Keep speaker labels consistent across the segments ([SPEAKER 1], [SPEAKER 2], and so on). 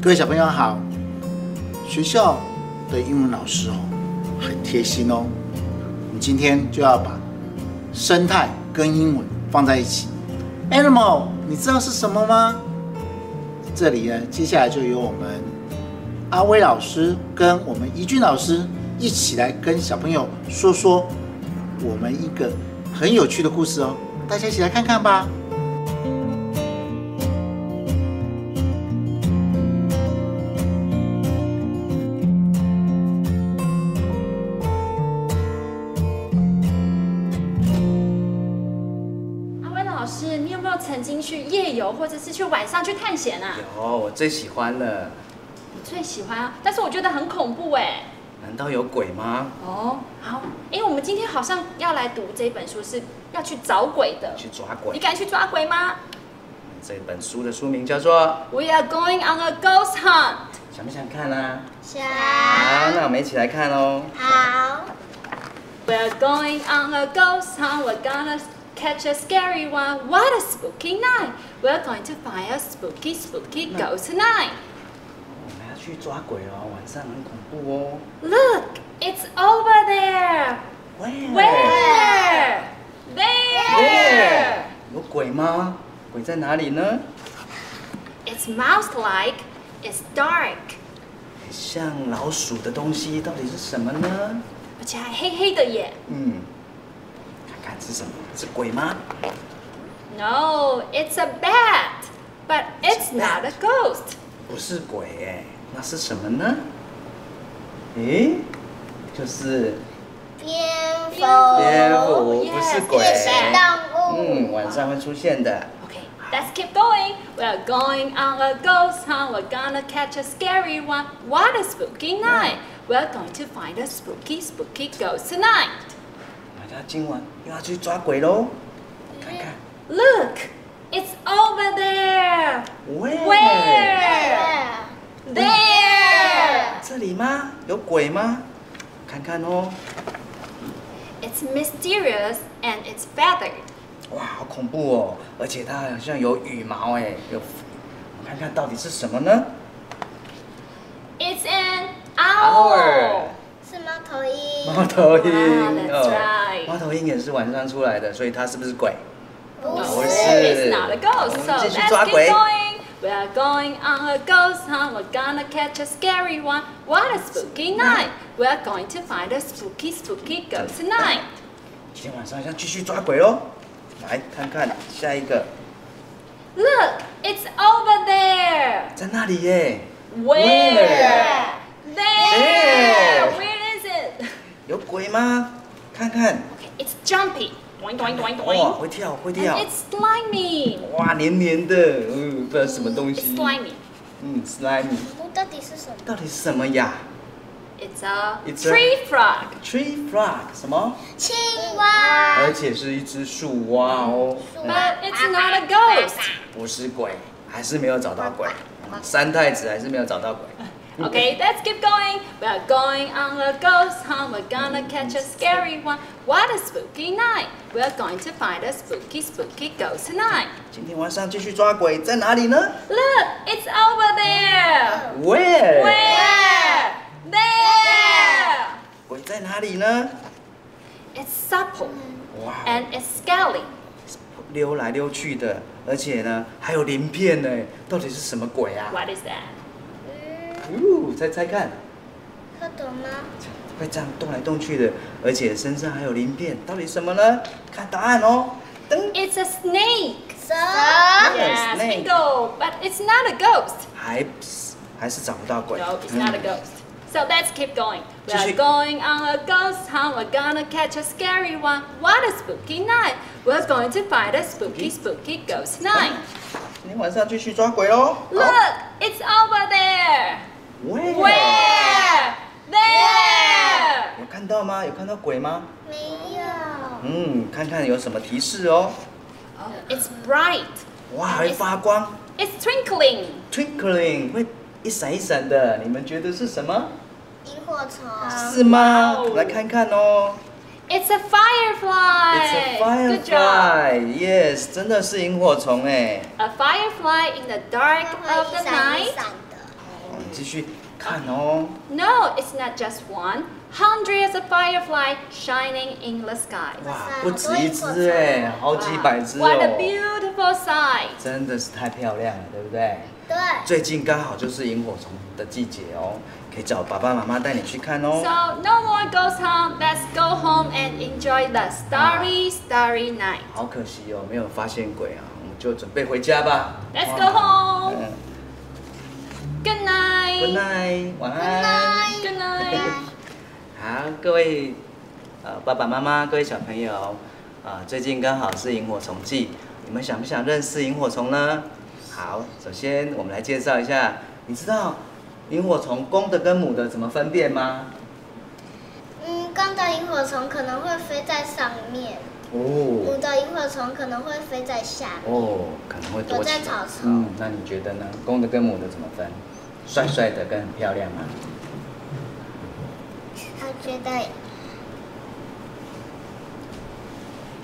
[SPEAKER 1] 各位小朋友好，学校的英文老师哦，很贴心哦。我们今天就要把生态跟英文放在一起。Animal，你知道是什么吗？这里呢，接下来就由我们阿威老师跟我们怡俊老师一起来跟小朋友说说我们一个很有趣的故事哦，大家一起来看看吧。
[SPEAKER 2] 阿威老师，你有没有曾经去夜游，或者是去晚上去探险啊？
[SPEAKER 3] 有，我最喜欢了。
[SPEAKER 2] 我最喜欢啊，但是我觉得很恐怖哎。
[SPEAKER 3] 难道有鬼吗？
[SPEAKER 2] 哦，好，因为我们今天好像要来读这本书，是要去找鬼的。
[SPEAKER 3] 去抓
[SPEAKER 2] 你
[SPEAKER 3] 鬼。
[SPEAKER 2] 敢去抓鬼吗
[SPEAKER 3] 这本书的书名叫做……
[SPEAKER 2] ？We are going on a ghost hunt。
[SPEAKER 3] 想不想看啊？
[SPEAKER 4] 小
[SPEAKER 3] 好，那我们一起来看哦。
[SPEAKER 4] 好，
[SPEAKER 2] We are going on a ghost hunt. We're gonna catch a scary one. What a spooky night. We're going to find a spooky, spooky ghost tonight.
[SPEAKER 3] 我们要去抓鬼哦，晚上很恐怖哦。
[SPEAKER 2] Look, it's over there.
[SPEAKER 3] 喂
[SPEAKER 2] Where? There.
[SPEAKER 3] 有鬼吗？鬼在哪里呢？
[SPEAKER 2] It's mouse-like. It's dark.
[SPEAKER 3] 很像老鼠的东西到底是什么呢？
[SPEAKER 2] 而且还黑黑的耶。
[SPEAKER 3] 嗯，看看是什么？是鬼吗？
[SPEAKER 2] No, it's a bat, but it's not a ghost.
[SPEAKER 3] 不是鬼哎，那是什么呢？诶，就是
[SPEAKER 4] 蝙蝠，
[SPEAKER 3] 蝙蝠，不是
[SPEAKER 2] yes，
[SPEAKER 3] 鬼。
[SPEAKER 4] 哦夜行动
[SPEAKER 3] 嗯，
[SPEAKER 4] 物，
[SPEAKER 3] 晚上会出现的。
[SPEAKER 2] Okay, let's keep going. We're going on a ghost hunt. We're gonna catch a scary one. What a spooky night! We're going to find a spooky, spooky ghost tonight.
[SPEAKER 3] 大家啊今晚又要去抓鬼喽！看看，
[SPEAKER 2] Look, it's over there.
[SPEAKER 3] 喂，
[SPEAKER 2] Where? There.
[SPEAKER 3] 这里吗？有鬼吗？看看哦，
[SPEAKER 2] It's mysterious and it's feathered.
[SPEAKER 3] 哇，好恐怖哦！而且它好像有羽毛哎，有，我看看到底是什么呢？
[SPEAKER 2] It's an owl.
[SPEAKER 4] 是猫头鹰，
[SPEAKER 3] 猫头鹰哦
[SPEAKER 2] Ah, that's right.
[SPEAKER 3] 猫头鹰也是晚上出来的，所以它是不是鬼？
[SPEAKER 4] 不
[SPEAKER 2] No,
[SPEAKER 3] 不是
[SPEAKER 2] it's not a ghost. So
[SPEAKER 3] 我们继
[SPEAKER 2] let's
[SPEAKER 3] 续抓
[SPEAKER 2] keep
[SPEAKER 3] 鬼。
[SPEAKER 2] going. We are going on a ghost hunt. We're gonna catch a scary one. What a spooky night. We are going to find a spooky, spooky ghost tonight.
[SPEAKER 3] 今天晚上要继续抓鬼喽！来看看下一个，
[SPEAKER 2] Look, it's over there.
[SPEAKER 3] 在那里耶，
[SPEAKER 2] Where?
[SPEAKER 3] Where?
[SPEAKER 2] There.
[SPEAKER 3] There.
[SPEAKER 2] Where is it?
[SPEAKER 3] 有鬼吗？看看，
[SPEAKER 2] Okay, it's jumpy. Doink, doink, doink,
[SPEAKER 3] 哇，
[SPEAKER 2] doink.
[SPEAKER 3] 会跳会
[SPEAKER 2] And
[SPEAKER 3] 跳，
[SPEAKER 2] it's slimy.
[SPEAKER 3] 哇，黏黏的，嗯，不知道什么东
[SPEAKER 2] It's
[SPEAKER 3] 西。
[SPEAKER 2] slimy.
[SPEAKER 3] 嗯，slime
[SPEAKER 4] 到底是什么？
[SPEAKER 3] 到底是什么呀
[SPEAKER 2] It's a
[SPEAKER 3] It's a-
[SPEAKER 2] tree frog.
[SPEAKER 3] ？Tree frog 什么？
[SPEAKER 4] 青蛙，
[SPEAKER 2] 啊
[SPEAKER 3] 而且是一只树蛙哦，嗯
[SPEAKER 2] But it's not a ghost.
[SPEAKER 3] 不是鬼，还是没有找到鬼，
[SPEAKER 2] 啊
[SPEAKER 3] 嗯三太子还是没有找到鬼。
[SPEAKER 2] Okay, let's keep going. We're going on a ghost hunt. We're gonna catch a scary one. What a spooky night. We're going to find a spooky, spooky ghost tonight.
[SPEAKER 3] 今天晚上继续抓鬼，在哪里呢
[SPEAKER 2] Look, it's over there.
[SPEAKER 3] ？Where？
[SPEAKER 2] Where? There.
[SPEAKER 3] 鬼在哪里呢？
[SPEAKER 2] It's supple
[SPEAKER 3] 哇，
[SPEAKER 2] and it's scaly.
[SPEAKER 3] 溜来溜去的，而且呢还有鳞片呢，到底是什么鬼啊？
[SPEAKER 2] What is that?
[SPEAKER 4] 嗯，
[SPEAKER 3] 呜，猜猜看，
[SPEAKER 4] 蝌蚪吗？
[SPEAKER 3] 会这样动来动去的，而且身上还有鳞片，到底什么呢？看答案哦，噔，
[SPEAKER 2] It's a snake.
[SPEAKER 4] 蛇，
[SPEAKER 2] Yes,
[SPEAKER 3] snake.
[SPEAKER 2] bingo. But it's not a ghost.
[SPEAKER 3] 还还是找不到鬼。
[SPEAKER 2] No, it's not a
[SPEAKER 3] 嗯
[SPEAKER 2] ghost. So let's keep going. We are
[SPEAKER 3] 继续。
[SPEAKER 2] going on a ghost hunt. We're gonna catch a scary one. What a spooky night. We're going to find a spooky, spooky ghost night.
[SPEAKER 3] 嗯今天晚上继续抓鬼喽。
[SPEAKER 2] Look, it's over there.
[SPEAKER 3] 喂
[SPEAKER 2] Where? There.
[SPEAKER 3] 有看到吗？有看到鬼吗？
[SPEAKER 4] 没有，
[SPEAKER 3] 嗯，看看有什么提示哦。
[SPEAKER 2] It's bright.
[SPEAKER 3] 哇，还发光
[SPEAKER 2] It's twinkling.
[SPEAKER 3] ，twinkling，会一闪一闪的。你们觉得是什么？
[SPEAKER 4] 萤火虫，
[SPEAKER 3] 是吗
[SPEAKER 2] 哇哦？
[SPEAKER 3] 来看看哦。
[SPEAKER 2] It's a firefly.
[SPEAKER 3] It's a
[SPEAKER 2] Good job.
[SPEAKER 3] firefly. Yes，真的是萤火虫哎。
[SPEAKER 2] A firefly in the dark
[SPEAKER 4] 它
[SPEAKER 2] of
[SPEAKER 4] 会
[SPEAKER 2] the
[SPEAKER 4] 一闪一
[SPEAKER 2] night.
[SPEAKER 4] 闪的，
[SPEAKER 3] 继续看哦。
[SPEAKER 2] No, it's not just one. Hundreds of fireflies shining in the sky.
[SPEAKER 3] 哇，
[SPEAKER 4] 塞
[SPEAKER 3] 不止一只哎，好几百只
[SPEAKER 2] Wow, What a
[SPEAKER 3] 哦，
[SPEAKER 2] beautiful sight!
[SPEAKER 3] 真的是太漂亮了，对不对？
[SPEAKER 4] 对，
[SPEAKER 3] 最近刚好就是萤火虫的季节哦，可以找爸爸妈妈带你去看哦。
[SPEAKER 2] So no more goes home. Let's go home and enjoy the starry, starry night.
[SPEAKER 3] 好可惜哦，没有发现鬼啊，我们就准备回家吧。
[SPEAKER 2] Let's
[SPEAKER 3] 哇
[SPEAKER 2] go home.
[SPEAKER 3] 嗯
[SPEAKER 2] Good
[SPEAKER 3] Good
[SPEAKER 2] night.
[SPEAKER 3] night，晚安。
[SPEAKER 4] 拜
[SPEAKER 2] Good night.
[SPEAKER 3] 好，各位呃爸爸妈妈，各位小朋友，啊、最近刚好是萤火虫季，你们想不想认识萤火虫呢？好，首先我们来介绍一下，你知道萤火虫公的跟母的怎么分辨吗？
[SPEAKER 4] 嗯，公的萤火虫可能会飞在上面，母
[SPEAKER 3] 哦，
[SPEAKER 4] 的萤火虫可能会飞在下面。
[SPEAKER 3] 哦，可能会躲起来
[SPEAKER 4] 躲在草丛
[SPEAKER 3] 嗯，那你觉得呢？公的跟母的怎么分？帅帅的跟很漂亮吗？
[SPEAKER 4] 他觉得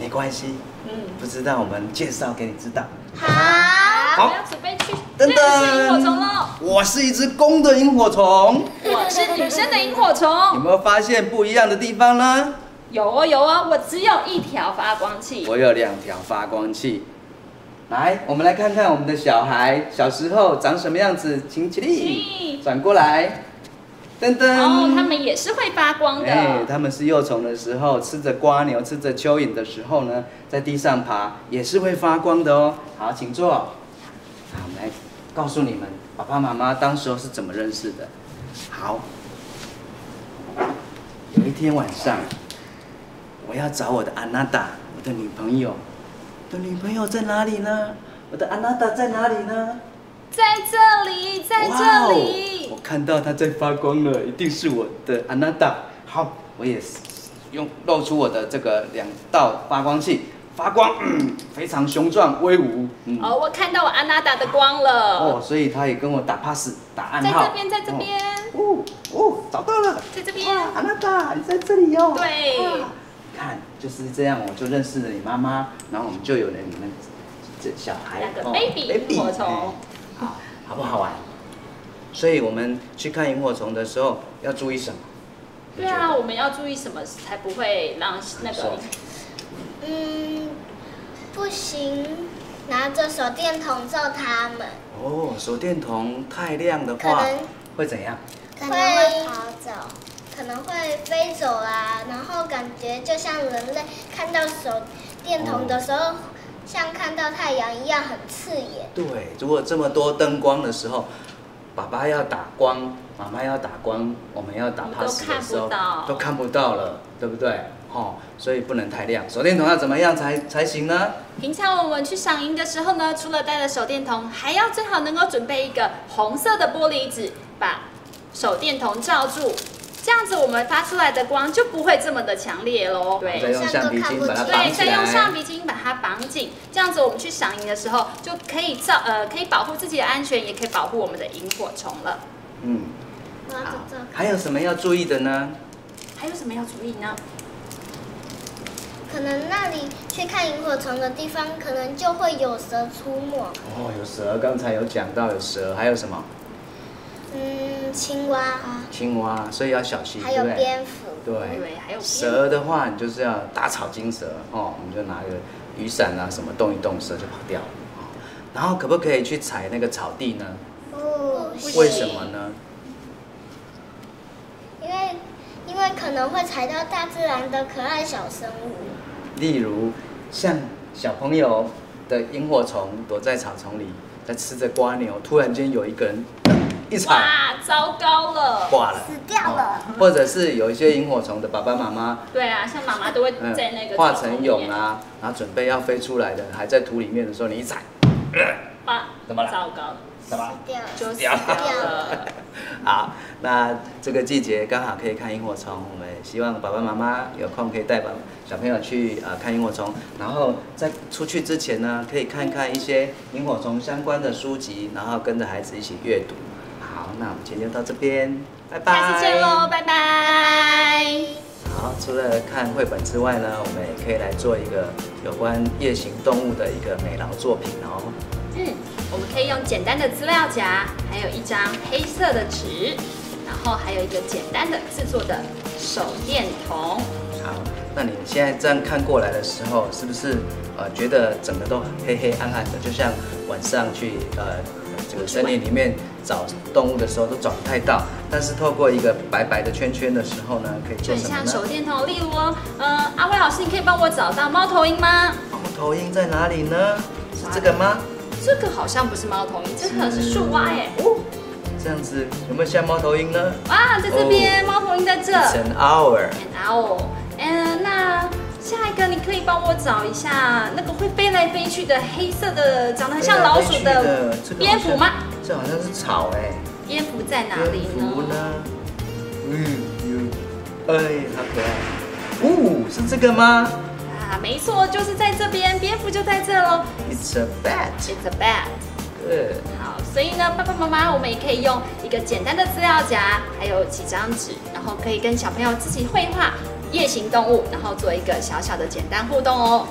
[SPEAKER 3] 没关系，
[SPEAKER 2] 嗯，
[SPEAKER 3] 不知道我们介绍给你知道。
[SPEAKER 4] 好，
[SPEAKER 2] 我要准备去
[SPEAKER 3] 噔
[SPEAKER 2] 认识萤火虫
[SPEAKER 3] 噔
[SPEAKER 2] 喽。，
[SPEAKER 3] 我是一只公的萤火虫。
[SPEAKER 2] 我是女生的萤火
[SPEAKER 3] 有
[SPEAKER 2] 虫，
[SPEAKER 3] 没有发现不一样的地方呢？
[SPEAKER 2] 有哦有哦，我只有一条发光器。
[SPEAKER 3] 我有两条发光器。来，我们来看看我们的小孩小时候长什么样子。请起
[SPEAKER 2] 起
[SPEAKER 3] 立
[SPEAKER 2] 立，
[SPEAKER 3] 转过来，噔噔。
[SPEAKER 2] 哦，它们也是会发光
[SPEAKER 3] 哎，
[SPEAKER 2] 的。
[SPEAKER 3] 他们是幼虫的时候，吃着瓜牛、吃着蚯蚓的时候呢，在地上爬也是会发光的哦。好，请坐。好，我们来告诉你们，爸爸妈妈当时候是怎么认识的。好，有一天晚上，我要找我的安娜达，我的女朋友。我的女朋友在哪里呢？我的安娜达在哪里呢？
[SPEAKER 2] 在这里，在这
[SPEAKER 3] 哇哦我
[SPEAKER 2] 里。
[SPEAKER 3] 看到它在发光了，一定是我的安娜达。好，我也是用露出我的这个两道发光器，发光，嗯非常雄壮威武。嗯，
[SPEAKER 2] 哦，我看到我安娜达的光了
[SPEAKER 3] 哦，，所以它也跟我打 pass 打暗
[SPEAKER 2] 在
[SPEAKER 3] 号。
[SPEAKER 2] 这边，在这边，
[SPEAKER 3] 哦。哦哦，找到了，
[SPEAKER 2] 在这边。
[SPEAKER 3] 安娜达，你在这里哦。
[SPEAKER 2] 对
[SPEAKER 3] 哇看就是这样，我就认识了你妈妈，然后我们就有了你们这小孩
[SPEAKER 2] 两个
[SPEAKER 3] 哦
[SPEAKER 2] baby 萤火虫
[SPEAKER 3] 哎好，好不好玩？所以我们去看萤火虫的时候要注意什么？你
[SPEAKER 2] 对
[SPEAKER 3] 觉得
[SPEAKER 2] 啊，我们要注意什么才不会让那个
[SPEAKER 3] 说？
[SPEAKER 4] 嗯，不行，拿着手电筒照他们，
[SPEAKER 3] 哦，手电筒太亮的
[SPEAKER 4] 可
[SPEAKER 3] 话
[SPEAKER 4] 能
[SPEAKER 3] 会怎样？
[SPEAKER 4] 可能会跑走，可能会飞走啦、然后感觉就像人类看到手电筒的时候，像看到太阳一样很刺眼。
[SPEAKER 3] 对，如果这么多灯光的时候，爸爸要打光，妈妈要打光，我们要打
[SPEAKER 2] 我们都
[SPEAKER 3] pass 的时
[SPEAKER 2] 看不
[SPEAKER 3] 候
[SPEAKER 2] 到
[SPEAKER 3] 都看不到了，对不对？哦，所以不能太亮，手电筒要怎么样才才行呢？
[SPEAKER 2] 平常我们去赏萤的时候呢，除了带着手电筒，还要最好能够准备一个红色的玻璃纸，把手电筒罩住，这样子我们发出来的光就不会这么的强烈喽。
[SPEAKER 3] 然后再
[SPEAKER 2] 对。
[SPEAKER 3] 用橡皮筋把它绑
[SPEAKER 2] 对，
[SPEAKER 3] 起
[SPEAKER 2] 再用橡
[SPEAKER 3] 来。
[SPEAKER 2] 皮筋把它绑紧，这样子我们去赏萤的时候就可以照呃，可以保护自己的安全，也可以保护我们的萤火虫了。
[SPEAKER 3] 嗯，
[SPEAKER 4] 我要
[SPEAKER 3] 好
[SPEAKER 4] 走这。
[SPEAKER 3] 还有什么要注意的呢？
[SPEAKER 2] 还有什么要注意呢？
[SPEAKER 4] 可能那里去看萤火虫的地方，可能就会有蛇出没，
[SPEAKER 3] 哦，有蛇，刚才有讲到有蛇，还有什么
[SPEAKER 4] 嗯，青蛙啊，
[SPEAKER 3] 青蛙，所以要小心，
[SPEAKER 4] 还
[SPEAKER 3] 对
[SPEAKER 4] 有
[SPEAKER 3] 不对？
[SPEAKER 4] 蝙蝠。
[SPEAKER 3] 对。
[SPEAKER 2] 对，还有
[SPEAKER 3] 蛇的话，你就是要打草惊蛇哦，我们就拿个雨伞啊什么动一动，蛇就跑掉了。哦然后可不可以去踩那个草地呢？
[SPEAKER 4] 哦不
[SPEAKER 2] 不
[SPEAKER 4] 行
[SPEAKER 2] 行
[SPEAKER 3] 为什么呢？
[SPEAKER 4] 因为因为可能会踩到大自然的可爱小生物，
[SPEAKER 3] 例如像小朋友的萤火虫躲在草丛里，在吃着瓜牛，突然间有一个人一踩，
[SPEAKER 2] 哇，糟糕了！
[SPEAKER 3] 挂了，
[SPEAKER 4] 死掉 了
[SPEAKER 3] 哦或者是有一些萤火虫的爸爸妈妈，
[SPEAKER 2] 对啊，像妈妈都会
[SPEAKER 3] 嗯
[SPEAKER 2] 在那个
[SPEAKER 3] 化
[SPEAKER 2] 草丛
[SPEAKER 3] 成
[SPEAKER 2] 里
[SPEAKER 3] 蛹
[SPEAKER 2] 面，
[SPEAKER 3] 啊，然后准备要飞出来的，还在土里面的时候，你一踩，
[SPEAKER 2] 哇，
[SPEAKER 3] 怎么了
[SPEAKER 2] 糟糕，
[SPEAKER 3] 什么？
[SPEAKER 4] 掉了。
[SPEAKER 2] 就死
[SPEAKER 3] 掉
[SPEAKER 2] 掉
[SPEAKER 3] 了
[SPEAKER 2] 了。
[SPEAKER 3] 好，那这个季节刚好可以看萤火虫，我们也希望爸爸妈妈有空可以带爸小朋友去呃看萤火虫，然后在出去之前呢，可以看看一些萤火虫相关的书籍，然后跟着孩子一起阅读。好，那我们今天就到这边，拜拜。
[SPEAKER 2] 下次见喽，拜拜。
[SPEAKER 3] 好，除了看绘本之外呢，我们也可以来做一个有关夜行动物的一个美劳作品哦。
[SPEAKER 2] 嗯，我我们可以用简单的资料夹，还有一张黑色的纸，然后还有一个简单的制作的手电筒。
[SPEAKER 3] 好，那你现在这样看过来的时候，是不是呃觉得整个都黑黑暗暗的，就像晚上去呃这个森林里面找动物的时候都找不太到，但是透过一个白白的圈圈的时候呢，可以
[SPEAKER 2] 就
[SPEAKER 3] 做
[SPEAKER 2] 很
[SPEAKER 3] 什么
[SPEAKER 2] 像
[SPEAKER 3] 呢？
[SPEAKER 2] 手电筒，例如哦，呃，阿威老师，你可以帮我找到猫头鹰吗？
[SPEAKER 3] 哦头鹰在哪里呢？是这个吗？
[SPEAKER 2] 这个好像不是猫头鹰，这可能是树蛙耶。
[SPEAKER 3] 这样子有没有像猫头鹰呢
[SPEAKER 2] 哇，在这边，
[SPEAKER 3] 哦
[SPEAKER 2] 猫头鹰在这。
[SPEAKER 3] ？It's an hour。
[SPEAKER 2] 然后，嗯，那下一个你可以帮我找一下那个会飞来飞去的黑色的，长得很像老鼠的蝙蝠吗？
[SPEAKER 3] 这好像是草哎、
[SPEAKER 2] 蝙蝠在哪
[SPEAKER 3] 蝙
[SPEAKER 2] 里
[SPEAKER 3] 蝠
[SPEAKER 2] 呢？
[SPEAKER 3] 呢？嗯，有，哎，好可爱。哦，是这个吗
[SPEAKER 2] 啊，没错，就是在这边，蝙蝠就在这喽。
[SPEAKER 3] ？It's a bat.
[SPEAKER 2] It's a bat。
[SPEAKER 3] Good.
[SPEAKER 2] 好，所以呢，爸爸妈妈，我们也可以用一个简单的资料夹，还有几张纸，然后可以跟小朋友自己绘画夜行动物，然后做一个小小的简单互动哦。